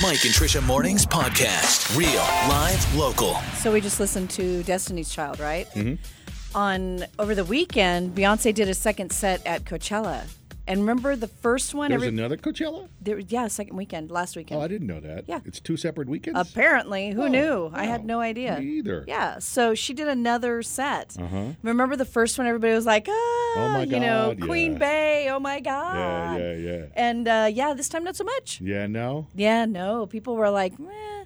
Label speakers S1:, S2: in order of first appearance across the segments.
S1: Mike and Trisha Mornings podcast. Real, live, local.
S2: So we just listened to Destiny's Child, right?
S3: Mm-hmm.
S2: On over the weekend, Beyonce did a second set at Coachella, and remember the first one?
S3: There was another Coachella?
S2: there, yeah, second weekend last weekend.
S3: Oh, I didn't know that.
S2: Yeah.
S3: It's two separate weekends?
S2: Apparently, who
S3: Oh,
S2: knew? I had
S3: wow.
S2: no idea.
S3: Me either. Uh-huh.
S2: Yeah, so she did another set. Remember the first one? Everybody was like, ah,
S3: Oh my
S2: you know,
S3: God,
S2: Queen
S3: yeah.
S2: Bay, oh my God.
S3: Yeah, yeah, yeah.
S2: And uh, yeah, this time not so much.
S3: Yeah, no?
S2: Yeah, no. People were like, meh,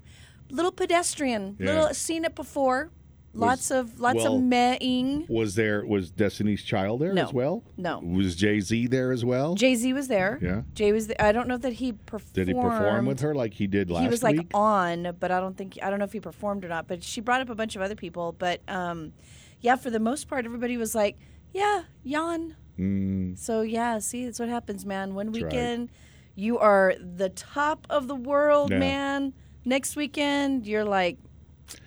S2: little pedestrian,
S3: Yeah.
S2: little seen it before. Lots of lots
S3: well-
S2: of mehing.
S3: Was there, was Destiny's Child there
S2: No.
S3: as well?
S2: No.
S3: Was Jay Z there as well?
S2: Jay Z was there.
S3: Yeah.
S2: Jay was. The, I don't know that he performed.
S3: Did he perform with her like he did last
S2: He was like
S3: week?
S2: on, but I don't think I don't know if he performed or not. But she brought up a bunch of other people. But um, yeah, for the most part, everybody was like, yeah, yawn. So yeah, see, that's what happens, man. One
S3: Mm. right.
S2: weekend, you are the top of the world,
S3: Yeah.
S2: man. Next weekend, you're like.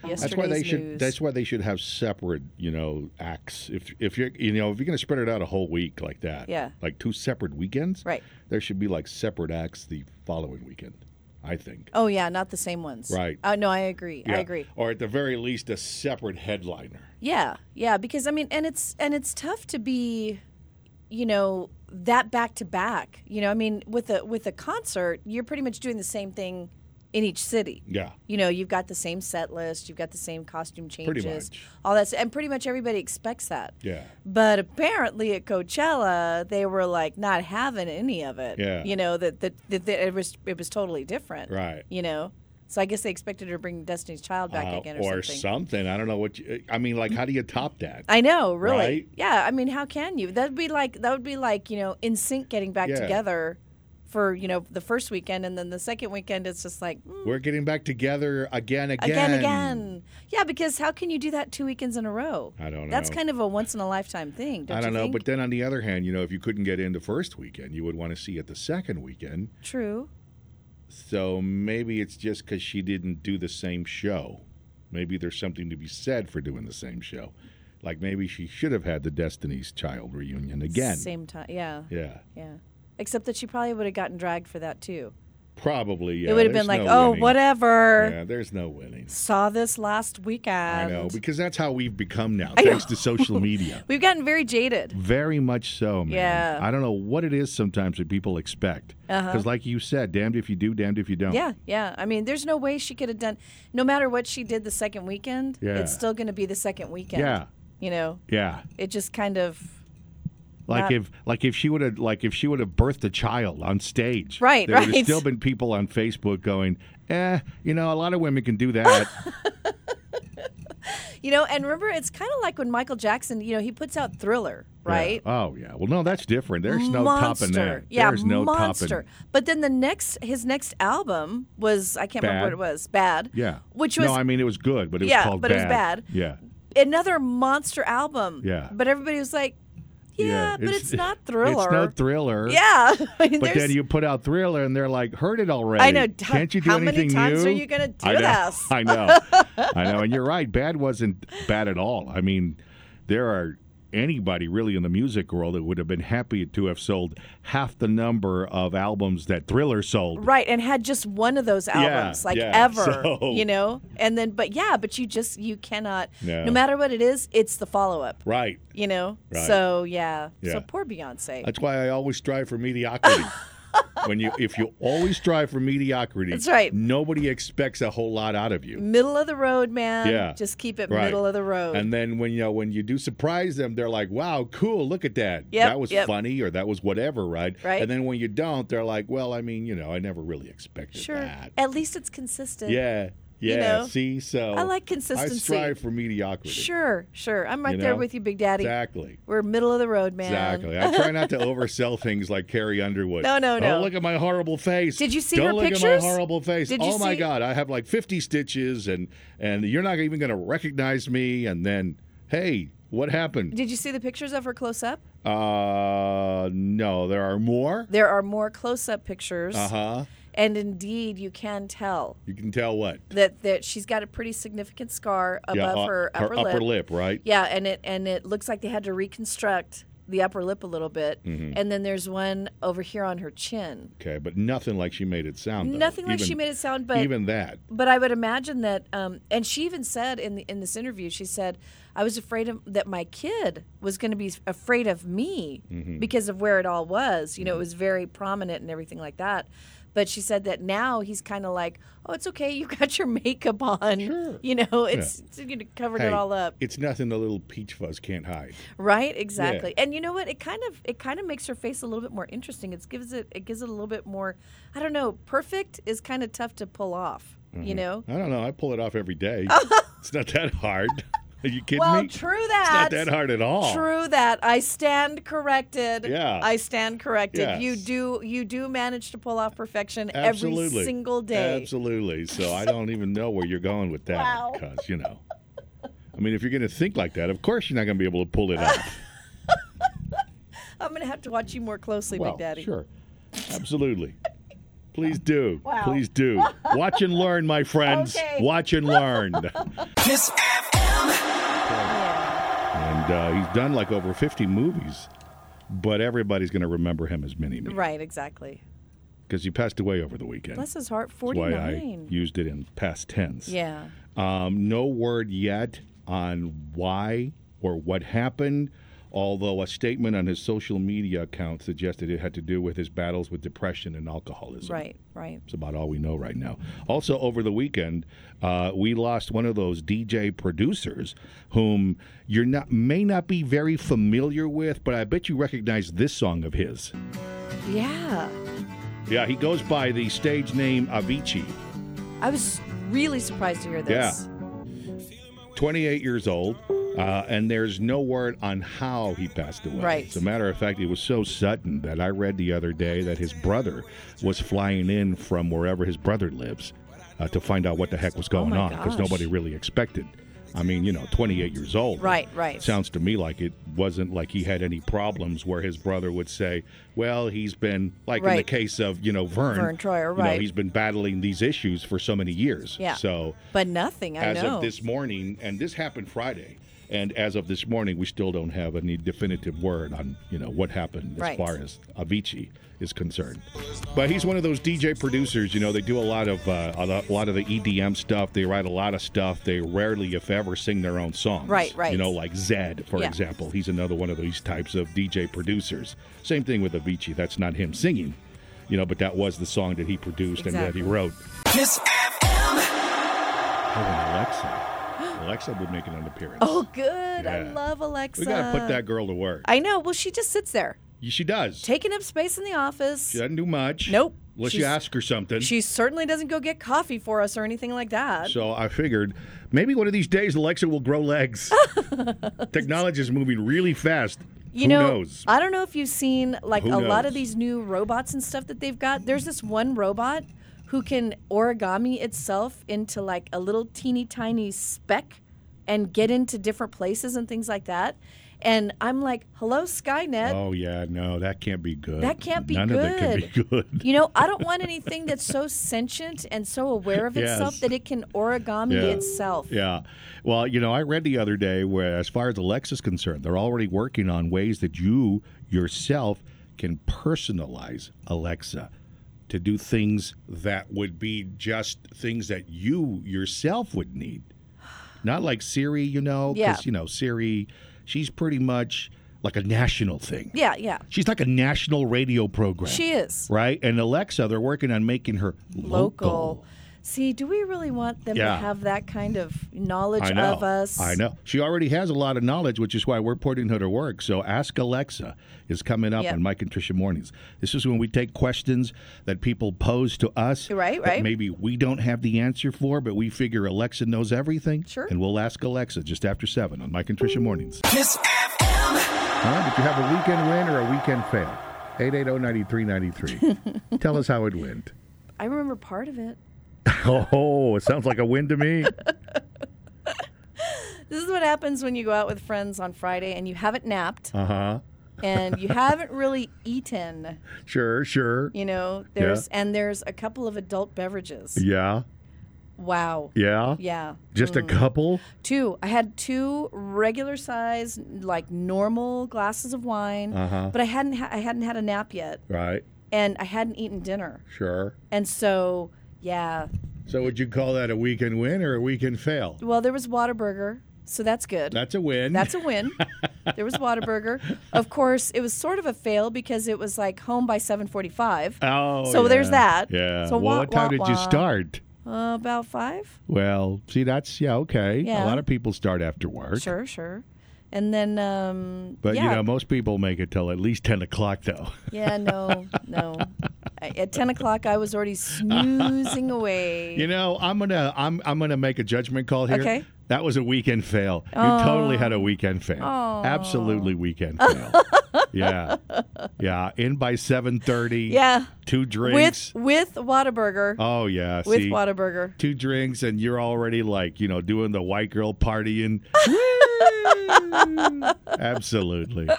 S3: That's why they
S2: yesterday's
S3: should.
S2: news.
S3: That's why they should have separate, you know, acts. If if you're, you know, if you're going to spread it out a whole week like that,
S2: Yeah.
S3: like two separate weekends,
S2: Right.
S3: There should be like separate acts the following weekend, I think.
S2: Oh yeah, not the same ones.
S3: Right.
S2: Uh, no, I agree. I
S3: Yeah.
S2: agree.
S3: Or at the very least, a separate headliner.
S2: Yeah, yeah. Because I mean, and it's and it's tough to be, you know, that back to back. You know, I mean, with a with a concert, you're pretty much doing the same thing in each city.
S3: Yeah.
S2: You know, you've got the same set list, you've got the same costume
S3: Pretty
S2: changes,
S3: much.
S2: all that, s- and pretty much everybody expects that.
S3: Yeah.
S2: But apparently at Coachella, they were like not having any of it.
S3: Yeah.
S2: You know that that, that, that it was it was totally different.
S3: Right.
S2: You know, so I guess they expected her to bring Destiny's Child back
S3: Uh,
S2: again or,
S3: or
S2: something.
S3: I don't know what. You, I mean, like, how do you top that?
S2: I know, really.
S3: Right?
S2: Yeah. I mean, how can you? That'd be like that would be like you know, in sync getting back
S3: Yeah.
S2: together for you know the first weekend, and then the second weekend it's just like mm,
S3: We're getting back together again, again,
S2: again, again. Yeah, because how can you do that two weekends in a row?
S3: I don't
S2: That's
S3: know.
S2: kind of a once in a lifetime thing. Don't
S3: I don't
S2: you
S3: know,
S2: think?
S3: but then on the other hand, you know, if you couldn't get in the first weekend, you would want to see it the second weekend.
S2: true.
S3: So maybe it's just because she didn't do the same show. Maybe there's something to be said for doing the same show. Like maybe she should have had the Destiny's Child reunion again.
S2: Same time. Yeah. Yeah.
S3: Yeah,
S2: Except that she probably would have gotten dragged for that too.
S3: probably. Yeah,
S2: it would have been
S3: there's
S2: like,
S3: no
S2: oh,
S3: winning.
S2: whatever.
S3: Yeah, there's no winning.
S2: Saw this last weekend.
S3: I know because that's how we've become now,
S2: know.
S3: thanks to social media.
S2: We've gotten very jaded.
S3: Very much so, man.
S2: Yeah. Uh-huh.
S3: I don't know what it is sometimes that people expect. Because, like you said, damned if you do, damned if you don't.
S2: Yeah, yeah. I mean, there's no way she could have done. No matter what she did the second weekend,
S3: Yeah.
S2: it's still going to be the second weekend.
S3: Yeah.
S2: You know,
S3: Yeah.
S2: it just kind of
S3: Like
S2: Not-
S3: if like if she would have like if she would have birthed a child on stage,
S2: Right,
S3: There would
S2: right.
S3: have still been people on Facebook going, "Eh, you know, a lot of women can do that."
S2: you know. And remember, it's kind of like when Michael Jackson, you know, he puts out Thriller, right?
S3: Yeah. Oh yeah. Well, no, that's different. There's no
S2: monster.
S3: topping that.
S2: Yeah,
S3: There's no
S2: monster.
S3: topping.
S2: But then the next, his next album was I can't remember
S3: Bad.
S2: what it was. Bad.
S3: Yeah.
S2: Which was
S3: no, I mean it was good, but it was
S2: Yeah,
S3: called
S2: but it was
S3: bad.
S2: bad.
S3: Yeah.
S2: another monster album.
S3: Yeah.
S2: But everybody was like, yeah, but it's, not Thriller.
S3: It's no thriller.
S2: Yeah. I mean,
S3: But
S2: there's-
S3: then you put out Thriller, and they're like, "Heard it already."
S2: I know.
S3: Can't you do
S2: How many
S3: anything
S2: times
S3: new?
S2: are you gonna do
S3: I know.
S2: this?
S3: I know. I know. And you're right. Bad wasn't bad at all. I mean, there are anybody really in the music world that would have been happy to have sold half the number of albums that Thriller sold.
S2: Right, and had just one of those albums, like
S3: yeah,
S2: ever,
S3: so-
S2: you know. And then, but yeah, but you just you cannot.
S3: No.
S2: matter what it is, it's the follow up,
S3: Right.
S2: you know.
S3: Right.
S2: So yeah.
S3: Yeah.
S2: so poor Beyonce.
S3: That's why I always strive for mediocrity. when you, if you always strive for mediocrity,
S2: That's right.
S3: Nobody expects a whole lot out of you.
S2: middle of the road, man.
S3: Yeah.
S2: just keep it
S3: Right.
S2: middle of the road.
S3: And then when you know, when you do surprise them, they're like, "Wow, cool! Look at that!
S2: Yep,
S3: that was
S2: yep.
S3: funny, or that was whatever, right?"
S2: Right.
S3: And then when you don't, they're like, "Well, I mean, you know, I never really expected
S2: sure,
S3: that."
S2: at least it's consistent.
S3: Yeah, yeah.
S2: You know,
S3: see, so
S2: I like consistency.
S3: I strive for mediocrity.
S2: sure, sure. I'm right
S3: You
S2: there
S3: know?
S2: with you, Big Daddy.
S3: Exactly.
S2: We're middle of the road, man.
S3: Exactly. I try not to oversell things like Carrie Underwood.
S2: No, no,
S3: oh,
S2: no.
S3: look at my horrible face.
S2: Did you see
S3: Don't
S2: her
S3: look at
S2: pictures?
S3: my horrible face.
S2: Did you
S3: oh my
S2: see-
S3: God, I have like 50 stitches, and and you're not even going to recognize me. And then, hey, what happened?
S2: Did you see the pictures of her close up?
S3: Uh, no, there are more.
S2: There are more close up pictures,
S3: Uh huh.
S2: and indeed, you can tell
S3: You can tell what
S2: that that she's got a pretty significant scar above
S3: uh,
S2: her, upper, lip.
S3: right?
S2: Yeah, and it and it looks like they had to reconstruct the upper lip a little bit, and then there's one over here on her chin.
S3: Okay, but nothing like she made it sound. though.
S2: Nothing like
S3: Even-
S2: she made it sound, but
S3: even that.
S2: but I would imagine that, um, and she even said in the, in this interview, she said, "I was afraid of, that my kid was going to be afraid of me because of where it all was. You know, it was very prominent and everything like that." But she said that now he's kind of like, "Oh, it's okay. You got your makeup on. You know, it's, it's, you know, covered it
S3: Hey,
S2: all up,
S3: It's nothing the little peach fuzz can't hide.
S2: right? Exactly. And you know what? It kind of it kind of makes her face a little bit more interesting. It gives it it gives it a little bit more. I don't know. Perfect is kind of tough to pull off. You know."
S3: I don't know. I pull it off every day. it's not that hard. Are you kidding
S2: Well,
S3: me?
S2: true
S3: It's
S2: that.
S3: not that hard at all.
S2: True that. I stand corrected.
S3: Yeah.
S2: I stand corrected. You
S3: Yes.
S2: do you do manage to pull off perfection
S3: Absolutely.
S2: every single day.
S3: Absolutely. So I don't even know where you're going with that
S2: Wow.
S3: because, you know. I mean, if you're going to think like that, of course you're not going to be able to pull it off.
S2: I'm gonna have to watch you more closely,
S3: well,
S2: Big Daddy.
S3: sure. Absolutely. Please do.
S2: Wow.
S3: Please do. Watch and learn, my friends.
S2: Okay.
S3: Watch and learn.
S1: Kiss FM.
S2: Yeah.
S3: and uh, he's done like over 50 movies, but everybody's going to remember him as Mini Me
S2: Right, exactly.
S3: because he passed away over the weekend.
S2: Bless his heart,
S3: That's
S2: forty
S3: why I
S2: nine.
S3: used it in past tense.
S2: Yeah.
S3: Um, no word yet on why or what happened, although a statement on his social media account suggested it had to do with his battles with depression and alcoholism.
S2: Right, right.
S3: It's about all we know right now. Also, over the weekend, uh, we lost one of those DJ producers whom you're not may not be very familiar with, but I bet you recognize this song of his.
S2: Yeah.
S3: Yeah, he goes by the stage name Avicii.
S2: I was really surprised to hear this.
S3: 28 years old, uh, and there's no word on how he passed away.
S2: Right.
S3: As a matter of fact, it was so sudden that I read the other day that his brother was flying in from wherever his brother lives uh, to find out what the heck was going
S2: Oh my
S3: on because
S2: gosh.
S3: nobody really expected. I mean, you know, 28 years old.
S2: Right, right.
S3: Sounds to me like it wasn't like he had any problems where his brother would say, well, he's been, like in the
S2: Right.
S3: case of, you know, Vern.
S2: Vern Troyer,
S3: You know,
S2: right.
S3: he's been battling these issues for so many years.
S2: Yeah.
S3: So
S2: But nothing, I
S3: as
S2: know.
S3: of this morning, and this happened Friday, and as of this morning, we still don't have any definitive word on you know what happened as
S2: Right.
S3: far as Avicii is concerned. But he's one of those DJ producers. You know, they do a lot of uh, a lo- a lot of the EDM stuff. They write a lot of stuff. They rarely, if ever, sing their own songs.
S2: Right, right.
S3: You know, like Zed, for
S2: Yeah.
S3: example. He's another one of these types of DJ producers. Same thing with Avicii. That's not him singing. You know, but that was the song that he produced and that
S2: Exactly.
S3: he wrote.
S1: Kiss FM.
S3: Oh, and Alexa. Alexa would make an appearance.
S2: oh good. I
S3: Yeah.
S2: love Alexa.
S3: We gotta put that girl to work.
S2: I know. Well she just sits there,
S3: she does.
S2: taking up space in the office.
S3: she doesn't do much.
S2: Nope.
S3: Unless you
S2: She's-
S3: ask her something.
S2: She certainly doesn't go get coffee for us or anything like that.
S3: so I figured maybe one of these days Alexa will grow legs. Technology is moving really fast.
S2: you
S3: Who
S2: know,
S3: knows?
S2: I don't know if you've seen like
S3: Who
S2: a lot
S3: knows?
S2: of these new robots and stuff that they've got. There's this one robot who can origami itself into like a little teeny tiny speck and get into different places and things like that. And I'm like, "Hello Skynet."
S3: oh yeah, no, that can't be good.
S2: That can't be
S3: None
S2: good.
S3: of it can be good.
S2: You know, I don't want anything that's so sentient and so aware of itself
S3: Yes.
S2: that it can origami
S3: Yeah.
S2: itself.
S3: Yeah. Well, you know, I read the other day where, as far as Alexa's concerned, they're already working on ways that you yourself can personalize Alexa to do things that would be just things that you yourself would need. Not like Siri, you know,
S2: Yeah.
S3: because, you know, Siri, she's pretty much like a national thing.
S2: Yeah, yeah.
S3: She's like a national radio program.
S2: She is.
S3: Right? And Alexa, they're working on making her
S2: local. See, do we really want them
S3: Yeah.
S2: to have that kind of knowledge
S3: I know.
S2: of us?
S3: I know. She already has a lot of knowledge, which is why we're putting her to work. So Ask Alexa is coming up
S2: Yep.
S3: on Mike and Tricia Mornings. This is when we take questions that people pose to us.
S2: Right,
S3: that
S2: right.
S3: Maybe we don't have the answer for, but we figure Alexa knows everything.
S2: Sure.
S3: And we'll ask Alexa just after 7 on Mike and Tricia Mornings.
S1: Kiss FM.
S3: All right, did you have a weekend win or a weekend fail? oh, 880-9393. Tell us how it went.
S2: I remember part of it.
S3: Oh, it sounds like a win to me.
S2: This is what happens when you go out with friends on Friday and you haven't napped
S3: Uh-huh.
S2: and you haven't really eaten.
S3: Sure, sure.
S2: You know, there's and there's a couple of adult beverages.
S3: Yeah.
S2: Wow.
S3: Yeah?
S2: Yeah.
S3: Just a couple?
S2: Two. I had two regular size, like normal glasses of wine,
S3: Uh-huh.
S2: but I hadn't ha- I hadn't had a nap yet,
S3: Right.
S2: and I hadn't eaten dinner,
S3: Sure.
S2: and so yeah.
S3: So would you call that a weekend win or a weekend fail?
S2: Well, there was Whataburger, so that's good.
S3: That's a win.
S2: That's a win. there was Whataburger. Of course, it was sort of a fail because it was like home by 7:45.
S3: Oh,
S2: So there's
S3: yeah.
S2: that.
S3: Yeah.
S2: So
S3: well,
S2: wah,
S3: what time
S2: wah,
S3: did
S2: wah.
S3: you start?
S2: Uh, about five.
S3: Well, see, that's yeah, okay.
S2: Yeah.
S3: A lot of people start after work.
S2: Sure, sure. And then, um,
S3: But
S2: yeah,
S3: you know, most people make it till at least ten o'clock, though.
S2: yeah, no, no. I, at ten o'clock, I was already snoozing away.
S3: You know, I'm gonna I'm I'm gonna make a judgment call here.
S2: Okay. Oh.
S3: That was a weekend fail. You totally had a weekend fail. Absolutely weekend fail. yeah, yeah. In by seven thirty.
S2: yeah,
S3: Two drinks.
S2: with with Whataburger,
S3: oh yeah.
S2: with
S3: see,
S2: Whataburger.
S3: two drinks, and you're already like you know doing the white girl partying. Absolutely.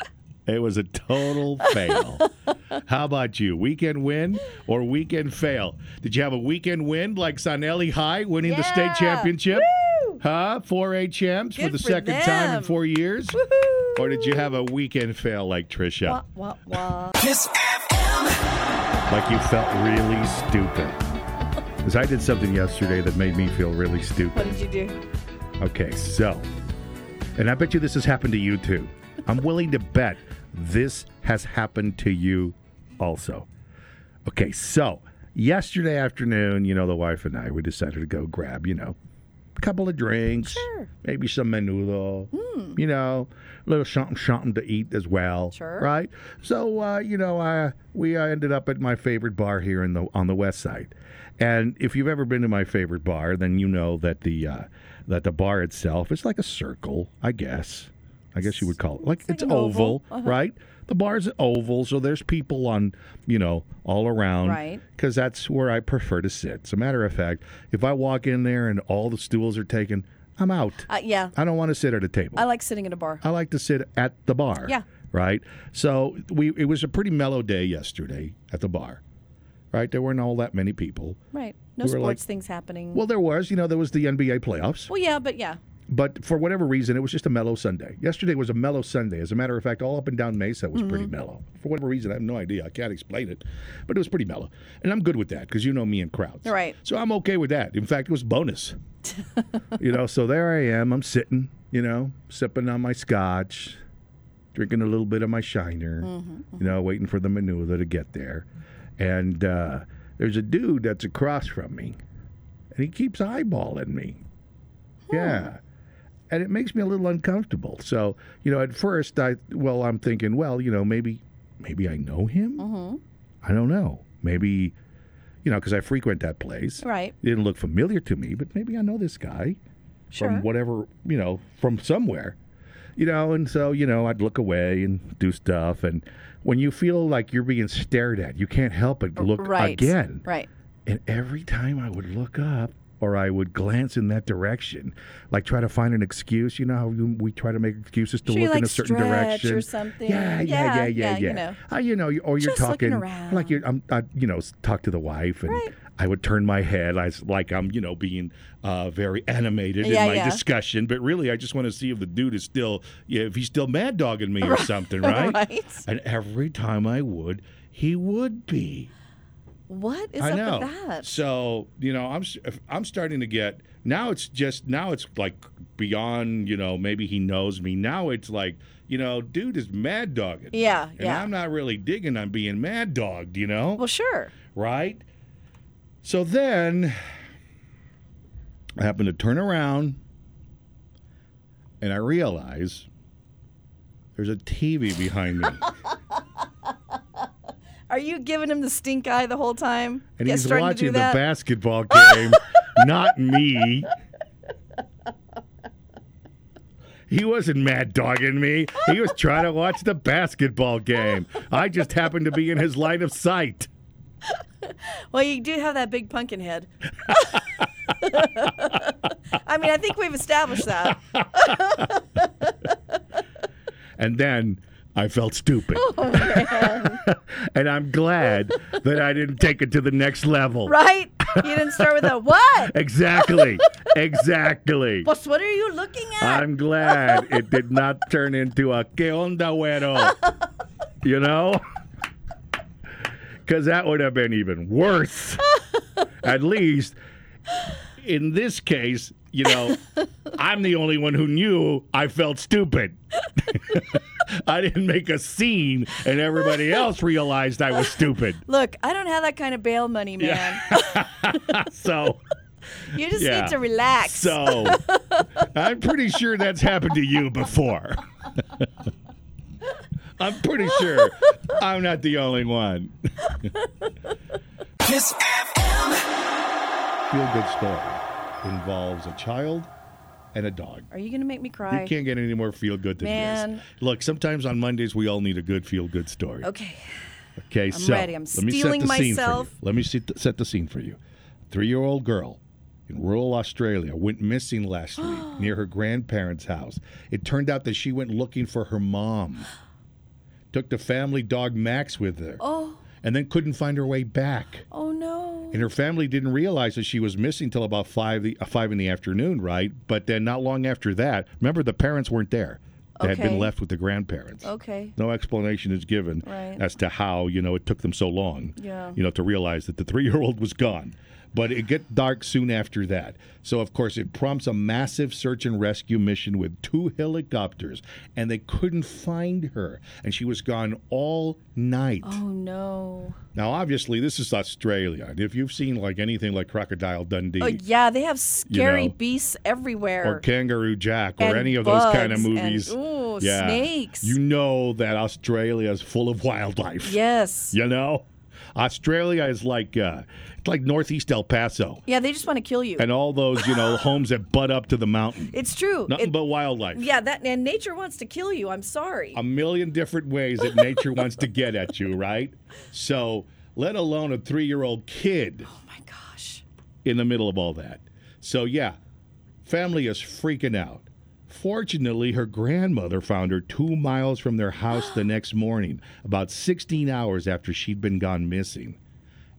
S3: It was a total fail. How about you? Weekend win or weekend fail? Did you have a weekend win like Sanelli High winning the state
S2: Yeah.
S3: championship? Huh? 4A champs for
S2: Good
S3: the
S2: for
S3: second time in
S2: them.
S3: four years?
S2: Woo-hoo.
S3: Or did you have a weekend fail like Trisha?
S2: Wah, wah, wah.
S1: Kiss FM.
S3: Like you felt really stupid? Because I did something yesterday that made me feel really stupid.
S2: What did you do?
S3: Okay, so, and I bet you this has happened to you too. I'm willing to bet this has happened to you also. Okay, so yesterday afternoon, you know, the wife and I, we decided to go grab, you know, a couple of drinks,
S2: Sure.
S3: maybe some menudo, you know, a little something, something to eat as well.
S2: Sure.
S3: Right? So, uh, you know, uh, we uh, ended up at my favorite bar here in the on the west side. And if you've ever been to my favorite bar, then you know that the uh, that the bar itself is like a circle, I guess. I guess you would call it like it's,
S2: like an
S3: oval,
S2: oval. Uh-huh.
S3: right? The bar's an oval, so there's people on, you know, all around
S2: Right.
S3: because that's where I prefer to sit. As a matter of fact, if I walk in there and all the stools are taken, I'm out.
S2: Uh, yeah,
S3: I don't want to sit at a table.
S2: I like sitting in a bar.
S3: I like to sit at the bar.
S2: Yeah.
S3: Right. So we it was a pretty mellow day yesterday at the bar. Right. There weren't all that many people.
S2: Right. No
S3: we were
S2: sports
S3: like-
S2: things happening. Well,
S3: Well, there was. You know, there was the NBA playoffs.
S2: yeah, but yeah.
S3: But for whatever reason, it was just a mellow Sunday. Yesterday was a mellow Sunday. As a matter of fact, all up and down Mesa was pretty mellow. For whatever reason, I have no idea. I can't explain it, but it was pretty mellow. And I'm good with that because you know me and crowds.
S2: Right.
S3: So I'm okay with that. In fact, it was bonus. you know, so there I am. I'm sitting, you know, sipping on my scotch, drinking a little bit of my shiner, you know, waiting for the manure to get there. And uh, there's a dude that's across from me, and he keeps eyeballing me. Yeah. And it makes me a little uncomfortable. So, you know, at first I well, I'm thinking, well, you know, maybe maybe I know him.
S2: Mm-hmm.
S3: I don't know. Maybe you know, because I frequent that place.
S2: Right.
S3: It didn't look familiar to me, but maybe I know this guy
S2: Sure.
S3: from whatever, you know, from somewhere. You know, and so, you know, I'd look away and do stuff and when you feel like you're being stared at, you can't help but look
S2: right.
S3: again.
S2: Right.
S3: And every time I would look up or I would glance in that direction, like try to find an excuse, you know how you- we try to make excuses to
S2: Sure, you,
S3: look in
S2: like,
S3: a certain
S2: stretch
S3: direction
S2: or something.
S3: Yeah, yeah, yeah,
S2: Yeah,
S3: yeah, yeah.
S2: yeah, you know.
S3: Uh, you know, you- or you're
S2: Just looking
S3: talking
S2: around.
S3: like you, I'm, I, you know, s- talk to the wife, and
S2: Right.
S3: I would turn my head, I s- like I'm, you know, being uh, very animated
S2: Yeah,
S3: in my
S2: yeah.
S3: discussion, but really I just want to see if the dude is still, yeah, if he's still mad dogging me or something, right?
S2: Right.
S3: And every time I would, he would be.
S2: What is
S3: I
S2: up
S3: know.
S2: with that?
S3: So you know, I'm s- if- I'm starting to get now. It's just now. It's like beyond. You know, maybe he knows me. Now it's like you know, dude is mad dogging. me.
S2: Yeah,
S3: And
S2: yeah.
S3: I'm not really digging. I'm being mad dogged. You know.
S2: Well, sure.
S3: right. So then, I happen to turn around, and I realize there's a TV behind me.
S2: Are you giving him the stink eye the whole time?
S3: and
S2: Get
S3: he's
S2: starting to do
S3: watching the
S2: that?
S3: basketball game, not me. He wasn't mad dogging me. He was trying to watch the basketball game. I just happened to be in his line of sight.
S2: Well, you do have that big pumpkin head. I mean, I think we've established that.
S3: And then I felt stupid.
S2: Oh,
S3: and I'm glad that I didn't take it to the next level.
S2: Right? You didn't start with a what?
S3: Exactly. exactly.
S2: Boss, what are you looking at?
S3: I'm glad it did not turn into a que onda güero. You know? Because that would have been even worse. At least in this case, you know, I'm the only one who knew I felt stupid. I didn't make a scene, and everybody else realized I was stupid.
S2: Look, I don't have that kind of bail money, man.
S3: So.
S2: You just
S3: Yeah.
S2: need to relax.
S3: So I'm pretty sure that's happened to you before. I'm pretty sure I'm not the only one.
S1: Kiss FM.
S3: Feel good story involves a child and a dog.
S2: are you going to make me
S3: You
S2: cry?
S3: can't get any more feel good than
S2: Man.
S3: this. Look, sometimes on Mondays we all need a good feel good story.
S2: Okay.
S3: Okay, I'm so
S2: ready. I'm
S3: let me set
S2: stealing
S3: the scene for you.
S2: myself.
S3: Let me set the, set the scene for you. Three-year-old girl in rural Australia went missing last week near her grandparents' house. It turned out that she went looking for her mom. Took the family dog Max with her.
S2: Oh.
S3: And then couldn't find her way back.
S2: Oh no.
S3: And her family didn't realize that she was missing till about five the, uh, five in the afternoon, right? But then not long after that, remember the parents weren't there. They had
S2: Okay.
S3: been left with the grandparents.
S2: Okay.
S3: No explanation is given
S2: Right.
S3: as to how you know it took them so long.
S2: Yeah.
S3: You know to realize that the three-year-old was gone. But it get dark soon after that. So of course it prompts a massive search and rescue mission with two helicopters, and they couldn't find her, and she was gone all night.
S2: Oh no.
S3: Now, obviously, this is Australia, and if you've seen like anything like Crocodile Dundee
S2: Oh yeah, they have scary
S3: know.
S2: beasts everywhere.
S3: or Kangaroo Jack or
S2: And
S3: any of those kind of
S2: bugs and,
S3: movies,
S2: ooh, snakes.
S3: you know that Australia is full of wildlife.
S2: Yes.
S3: You know, Australia is like uh, it's like northeast El Paso,
S2: Yeah, they just want to kill you.
S3: and all those you know homes that butt up to the mountain.
S2: It's true.
S3: Nothing
S2: It-
S3: but wildlife.
S2: yeah, that and nature wants to kill you. I'm sorry.
S3: a million different ways that nature wants to get at you, right? So, let alone a three-year-old kid.
S2: oh my gosh.
S3: in the middle of all that. So, yeah, family is freaking out. Fortunately, her grandmother found her two miles from their house the next morning, about 16 hours after she'd been gone missing.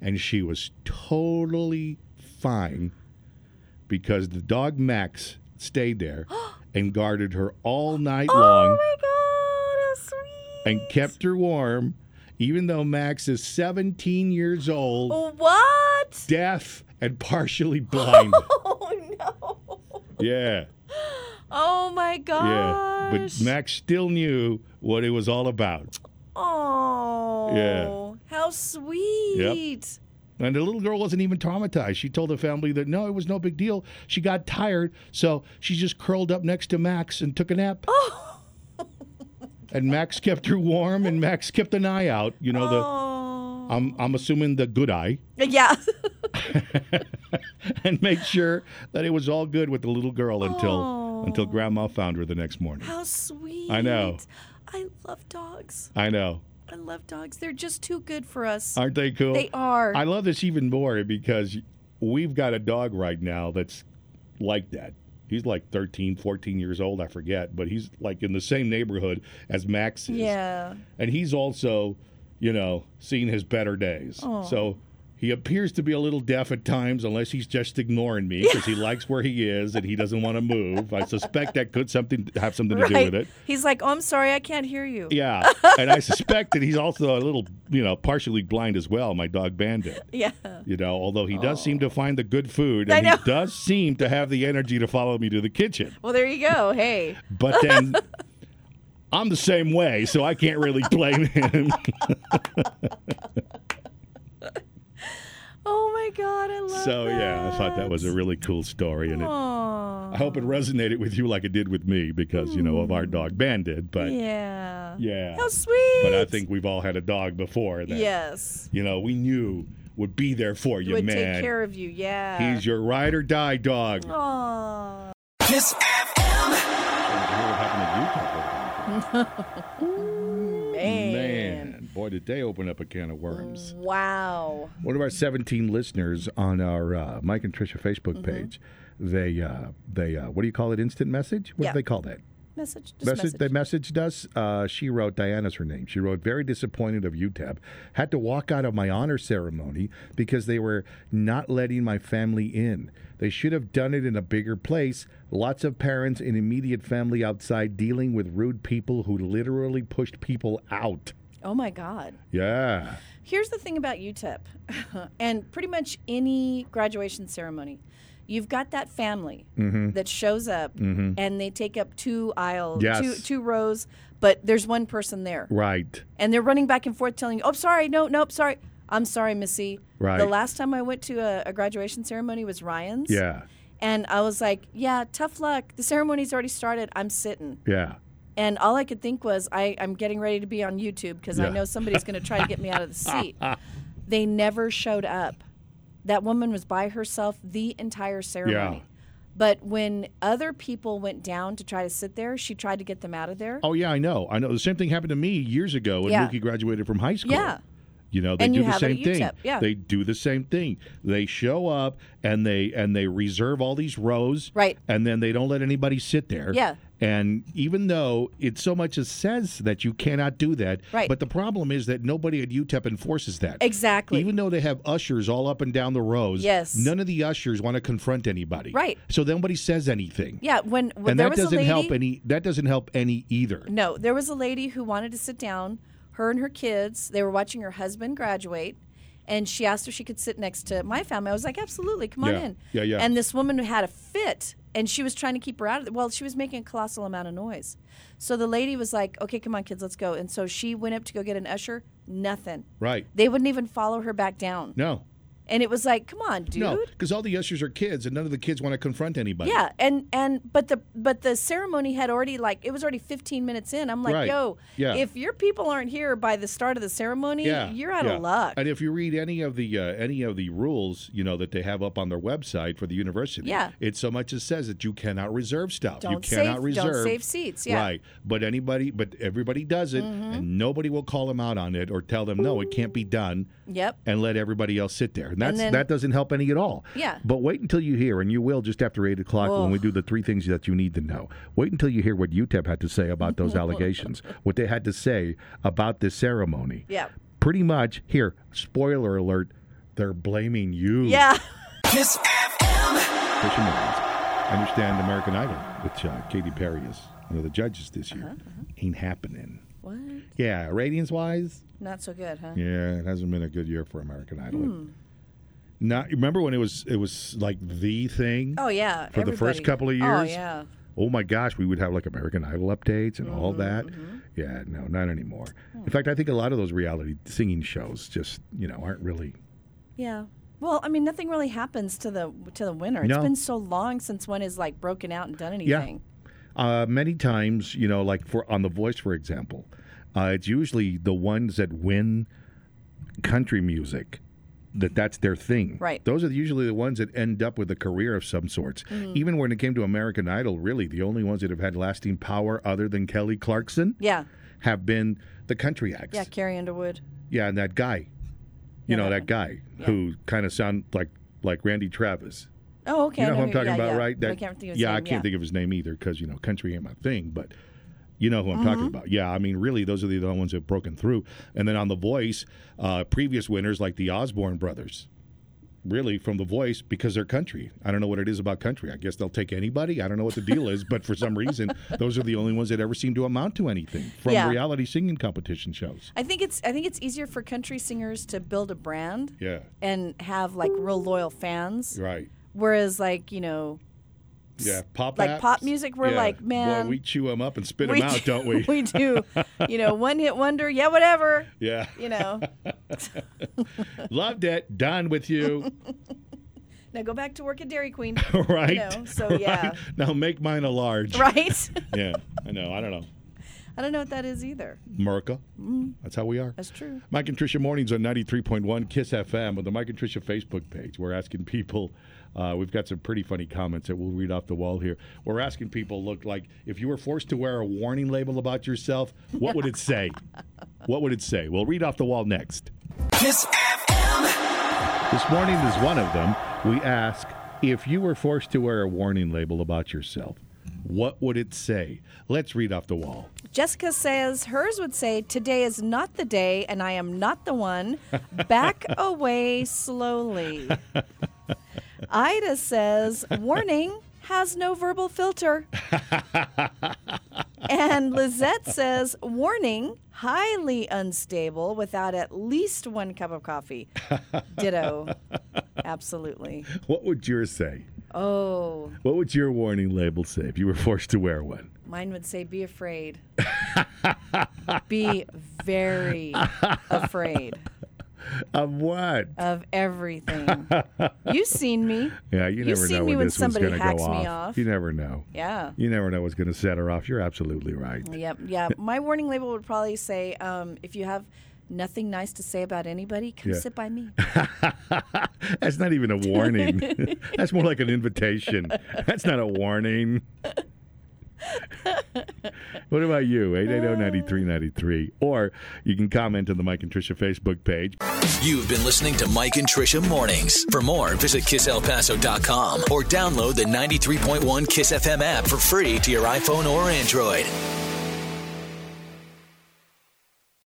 S3: And she was totally fine because the dog Max stayed there and guarded her all night
S2: Oh
S3: long
S2: my god, how sweet.
S3: and kept her warm, even though Max is 17 years old,
S2: Oh. What?
S3: deaf, and partially blind.
S2: Oh no.
S3: yeah.
S2: Oh my
S3: Yeah,
S2: gosh.
S3: but Max still knew what it was all about.
S2: Oh. How sweet.
S3: And the little girl wasn't even traumatized. She told the family that no, it was no big deal. She got tired, so she just curled up next to Max and took a nap. Oh. and Max kept her warm, and Max kept an eye out. You know the.
S2: Oh.
S3: I'm, I'm assuming the good eye,
S2: Yeah.
S3: and made sure that it was all good with the little girl until
S2: Oh.
S3: until Grandma found her the next morning.
S2: How sweet.
S3: I know.
S2: I love dogs.
S3: I know,
S2: I love dogs. They're just too good for us.
S3: aren't they cool?
S2: They are.
S3: I love this even more because we've got a dog right now that's like that. He's like 13, 14 years old, I forget, but he's like in the same neighborhood as Max is.
S2: yeah.
S3: And he's also, you know, seen his better days. So he appears to be a little deaf at times unless he's just ignoring me because he likes where he is and he doesn't want to move. I suspect that could something have something to do with it.
S2: He's like, "Oh, I'm sorry, I can't hear you."
S3: Yeah. And I suspect that he's also a little, you know, partially blind as well, my dog Bandit.
S2: Yeah.
S3: You know, although he does seem to find the good food
S2: Oh. I
S3: and he
S2: know.
S3: does seem to have the energy to follow me to the kitchen.
S2: Well, there you go. Hey.
S3: But then I'm the same way, so I can't really blame him.
S2: Oh my god, I love
S3: so yeah, I thought that was a really cool story and it,
S2: Aw.
S3: I hope it resonated with you like it did with me because, you know, of our dog Bandit, but
S2: Hmm. Yeah.
S3: Yeah.
S2: How sweet.
S3: but I think we've all had a dog before that
S2: Yes.
S3: you know, we knew would be there for you,
S2: Would
S3: man.
S2: take care of you. Yeah.
S3: He's your ride or die dog.
S2: Aw.
S1: Kiss FM.
S3: Did you hear what happened to Utah?
S2: Man.
S3: boy, did they open up a can of worms.
S2: Wow.
S3: One of our 17 listeners on our uh,
S2: Mm-hmm.
S3: Mike and Trisha Facebook page, they uh, they uh, what do you call it? Instant message? What
S2: Yeah.
S3: do they call that?
S2: Message. Just
S3: Message,
S2: message.
S3: They messaged us. Uh, she wrote, Diana's her name. She wrote, very disappointed of UTEP. Had to walk out of my honor ceremony because they were not letting my family in. They should have done it in a bigger place. Lots of parents and immediate family outside dealing with rude people who literally pushed people out.
S2: oh my God.
S3: Yeah.
S2: Here's the thing about UTEP and pretty much any graduation ceremony. You've got that family
S3: Mm-hmm.
S2: that shows up and they take up two aisles,
S3: Yes.
S2: two, two rows, but there's one person there.
S3: Right.
S2: And they're running back and forth telling you, oh, sorry, no, nope, sorry. I'm sorry, Missy.
S3: Right.
S2: The last time I went to a, a graduation ceremony was Ryan's.
S3: Yeah.
S2: And I was like, yeah, tough luck. The ceremony's already started. I'm sitting.
S3: Yeah.
S2: And all I could think was, I, I'm getting ready to be on YouTube because I
S3: Yeah.
S2: know somebody's going to try to get me out of the seat. They never showed up. That woman was by herself the entire ceremony.
S3: Yeah.
S2: But when other people went down to try to sit there, she tried to get them out of there.
S4: Oh yeah, I know. I know. The same thing happened to me years ago when
S2: Yeah.
S4: Mookie graduated from high school.
S2: Yeah.
S4: You know, they
S2: And
S4: do
S2: you
S4: the
S2: have it
S4: same
S2: at
S4: thing.
S2: UTEP, yeah.
S4: They do the same thing. They show up and they and they reserve all these rows.
S2: Right.
S4: And then they don't let anybody sit there.
S2: Yeah.
S4: And even though it so much as says that you cannot do that,
S2: Right.
S4: but the problem is that nobody at UTEP enforces that.
S2: Exactly.
S4: Even though they have ushers all up and down the rows,
S2: Yes.
S4: none of the ushers want to confront anybody.
S2: Right.
S4: So nobody says anything.
S2: yeah, when, when
S4: And
S2: there
S4: that
S2: was
S4: doesn't
S2: a lady,
S4: help any that doesn't help any either.
S2: No, there was a lady who wanted to sit down. Her and her kids, they were watching her husband graduate, and she asked if she could sit next to my family. I was like, absolutely, come on
S3: Yeah,
S2: in.
S3: yeah, yeah.
S2: And this woman had a fit, and she was trying to keep her out of it. Well, she was making a colossal amount of noise. So the lady was like, okay, come on, kids, let's go. And so she went up to go get an usher, nothing.
S4: Right.
S2: They wouldn't even follow her back down.
S4: No.
S2: And it was like, come on, dude.
S4: No, because all the ushers are kids, and none of the kids want to confront anybody.
S2: Yeah, and and but the but the ceremony had already like it was already 15 minutes in. I'm like,
S4: Right.
S2: yo,
S4: Yeah.
S2: if your people aren't here by the start of the ceremony,
S4: Yeah,
S2: you're out
S4: yeah.
S2: of luck.
S4: And if you read any of the uh, any of the rules, you know that they have up on their website for the university,
S2: Yeah.
S4: it so much as says that you cannot reserve stuff. you
S2: Don't
S4: cannot
S2: save-
S4: reserve.
S2: don't save seats, yeah. Mm-hmm.
S4: Right, but anybody, but everybody does it, and nobody will call them out on it or tell them no, it can't be done.
S2: Yep.
S4: And let everybody else sit there. And that's
S2: then-
S3: that doesn't help any at all.
S2: Yeah.
S3: But wait until you hear, and you will just after eight o'clock when we do the three things that you need to know. Wait until you hear what UTEP had to say about those allegations, what they had to say about this ceremony.
S2: Yeah.
S3: Pretty much here, spoiler alert, they're blaming you.
S2: Yeah.
S1: Kiss FM.
S3: Christian Wilkins. I understand American Idol, which uh, Katy Perry is one of the judges this
S2: Uh-huh,
S3: year. Ain't happening.
S2: what?
S3: Yeah, ratings wise,
S2: Not so good, huh?
S3: yeah, it hasn't been a good year for American Idol. Not remember when it was it was like the thing.
S2: Oh yeah.
S3: For the first
S2: everybody.
S3: couple of
S2: Oh
S3: years?
S2: yeah.
S3: Oh my gosh, we would have like American Idol updates and all that. Yeah, no, not anymore. In fact, I think a lot of those reality singing shows just, you know, aren't really.
S2: Yeah. Well, I mean, nothing really happens to the to the winner. It's
S3: No.
S2: been so long since one has like broken out and done anything.
S3: Uh, many times, you know, like for on The Voice, for example, uh, it's usually the ones that win country music that that's their thing.
S2: Right.
S3: Those are usually the ones that end up with a career of some sorts.
S2: Mm-hmm.
S3: Even when it came to American Idol, really, the only ones that have had lasting power other than Kelly Clarkson
S2: Yeah.
S3: have been the country acts.
S2: Yeah. Carrie Underwood.
S3: Yeah, and that guy, you
S2: Yeah,
S3: know,
S2: that
S3: that guy who kind of sound like like Randy Travis.
S2: Oh, okay.
S3: You know
S2: I
S3: who I'm
S2: who-
S3: talking
S2: yeah,
S3: about,
S2: yeah.
S3: right?
S2: But
S3: That,
S2: I can't think of his
S3: yeah, I
S2: name,
S3: can't think of his name either because you know, country ain't my thing. But you know who I'm
S2: Mm-hmm.
S3: talking about. Yeah, I mean, really, those are the only ones that have broken through. And then on The Voice, uh, previous winners like the Osborne brothers. Really, from the voice because they're country. I don't know what it is about country. I guess they'll take anybody. I don't know what the deal is, but for some reason, those are the only ones that ever seem to amount to anything from
S2: Yeah.
S3: reality singing competition shows.
S2: I think it's I think it's easier for country singers to build a brand.
S3: Yeah,
S2: and have like real loyal fans.
S3: right.
S2: Whereas like you know,
S3: Yeah, pop
S2: like
S3: acts.
S2: pop music, we're like, man,
S3: boy, we chew them up and spit
S2: we
S3: them out, don't we?
S2: we do, you know, one hit wonder. Yeah, whatever.
S3: yeah,
S2: You know.
S3: loved it. Done with you,
S2: now go back to work at Dairy Queen.
S3: right?
S2: You know. So yeah.
S3: Right? Now make mine a large.
S2: Right.
S3: Yeah, I know. I don't know,
S2: I don't know what that is either.
S3: America. That's how we are.
S2: Mm-hmm. That's true.
S3: Mike and Tricia Mornings on 93.1 Kiss FM on the Mike and Tricia Facebook page. We're asking people, uh, we've got some pretty funny comments that we'll read off the wall here. We're asking people, look, like if you were forced to wear a warning label about yourself, what would it say? what would it say? We'll read off the wall next.
S1: Kiss FM.
S3: This morning is one of them. We ask if you were forced to wear a warning label about yourself, What would it say? Let's read off the wall.
S2: Jessica says hers would say, Today is not the day, and I am not the one. Back away slowly. Ida says, Warning has no verbal filter. and Lizette says, Warning highly unstable without at least one cup of coffee. Ditto. Absolutely.
S3: What would yours say?
S2: Oh,
S3: What would your warning label say if you were forced to wear one?
S2: Mine would say, be afraid. be very afraid
S3: Of what?
S2: of everything. You've seen me.
S3: Yeah, you
S2: You've
S3: never
S2: seen
S3: know
S2: me
S3: when
S2: when
S3: this one's
S2: somebody
S3: going to go
S2: hacks me
S3: off.
S2: off.
S3: You never know.
S2: Yeah.
S3: You never know what's going to set her off. You're absolutely right.
S2: Yep. Yeah. My warning label would probably say, um, if you have nothing nice to say about anybody, come
S3: Yeah.
S2: sit by me.
S3: That's not even a warning. That's more like an invitation. That's not a warning. what about you? 880-9393. Or you can comment on the Mike and Trisha Facebook page.
S1: You've been listening to Mike and Trisha Mornings. For more, visit kisselpaso.com or download the 93.1 Kiss FM app for free to your iPhone or Android.